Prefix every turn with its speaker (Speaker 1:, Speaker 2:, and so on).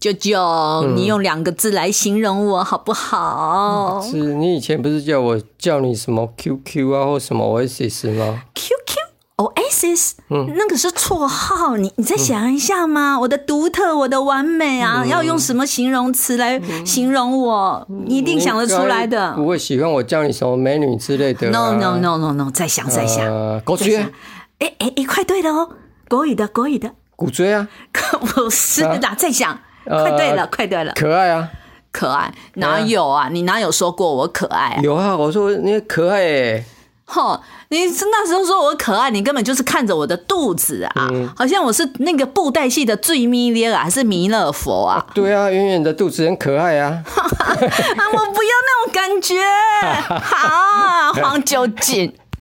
Speaker 1: 舅舅，
Speaker 2: 嗯
Speaker 1: 你用两个字来形容我好不好
Speaker 2: 是你以前不是叫我叫你什么 QQ 啊，或什么 Oasis 吗？
Speaker 1: ？QQ Oasis，那
Speaker 2: 嗯
Speaker 1: 个是绰号，你你再想一下嘛。我的独特，我的完美
Speaker 2: 嗯
Speaker 1: 啊，要用什么形容词来形容我？你一定想得出来
Speaker 2: 应该
Speaker 1: 的。
Speaker 2: 不会喜嗯欢我叫你什么美女之类的、啊。
Speaker 1: No no no no no，再想再想。
Speaker 2: 呃，狗
Speaker 1: 再想
Speaker 2: 血、
Speaker 1: 哎哎哎，快对了哦，国语的国语的，
Speaker 2: 骨椎啊，
Speaker 1: 不是啦，再想，
Speaker 2: 呃
Speaker 1: 快对了，快对了。
Speaker 2: 可爱啊，
Speaker 1: 可爱哪有啊？你哪有说过我可爱啊？
Speaker 2: 有啊，我说你可爱、欸，
Speaker 1: 哼，你那时候说我可爱，你根本就是看着我的肚子啊，好像我是那个布袋戏的最迷恋啊，还是弥勒佛啊？
Speaker 2: 对啊，圆圆的肚子很可爱啊，
Speaker 1: 啊，我不要那种感觉，好、啊，黄酒井，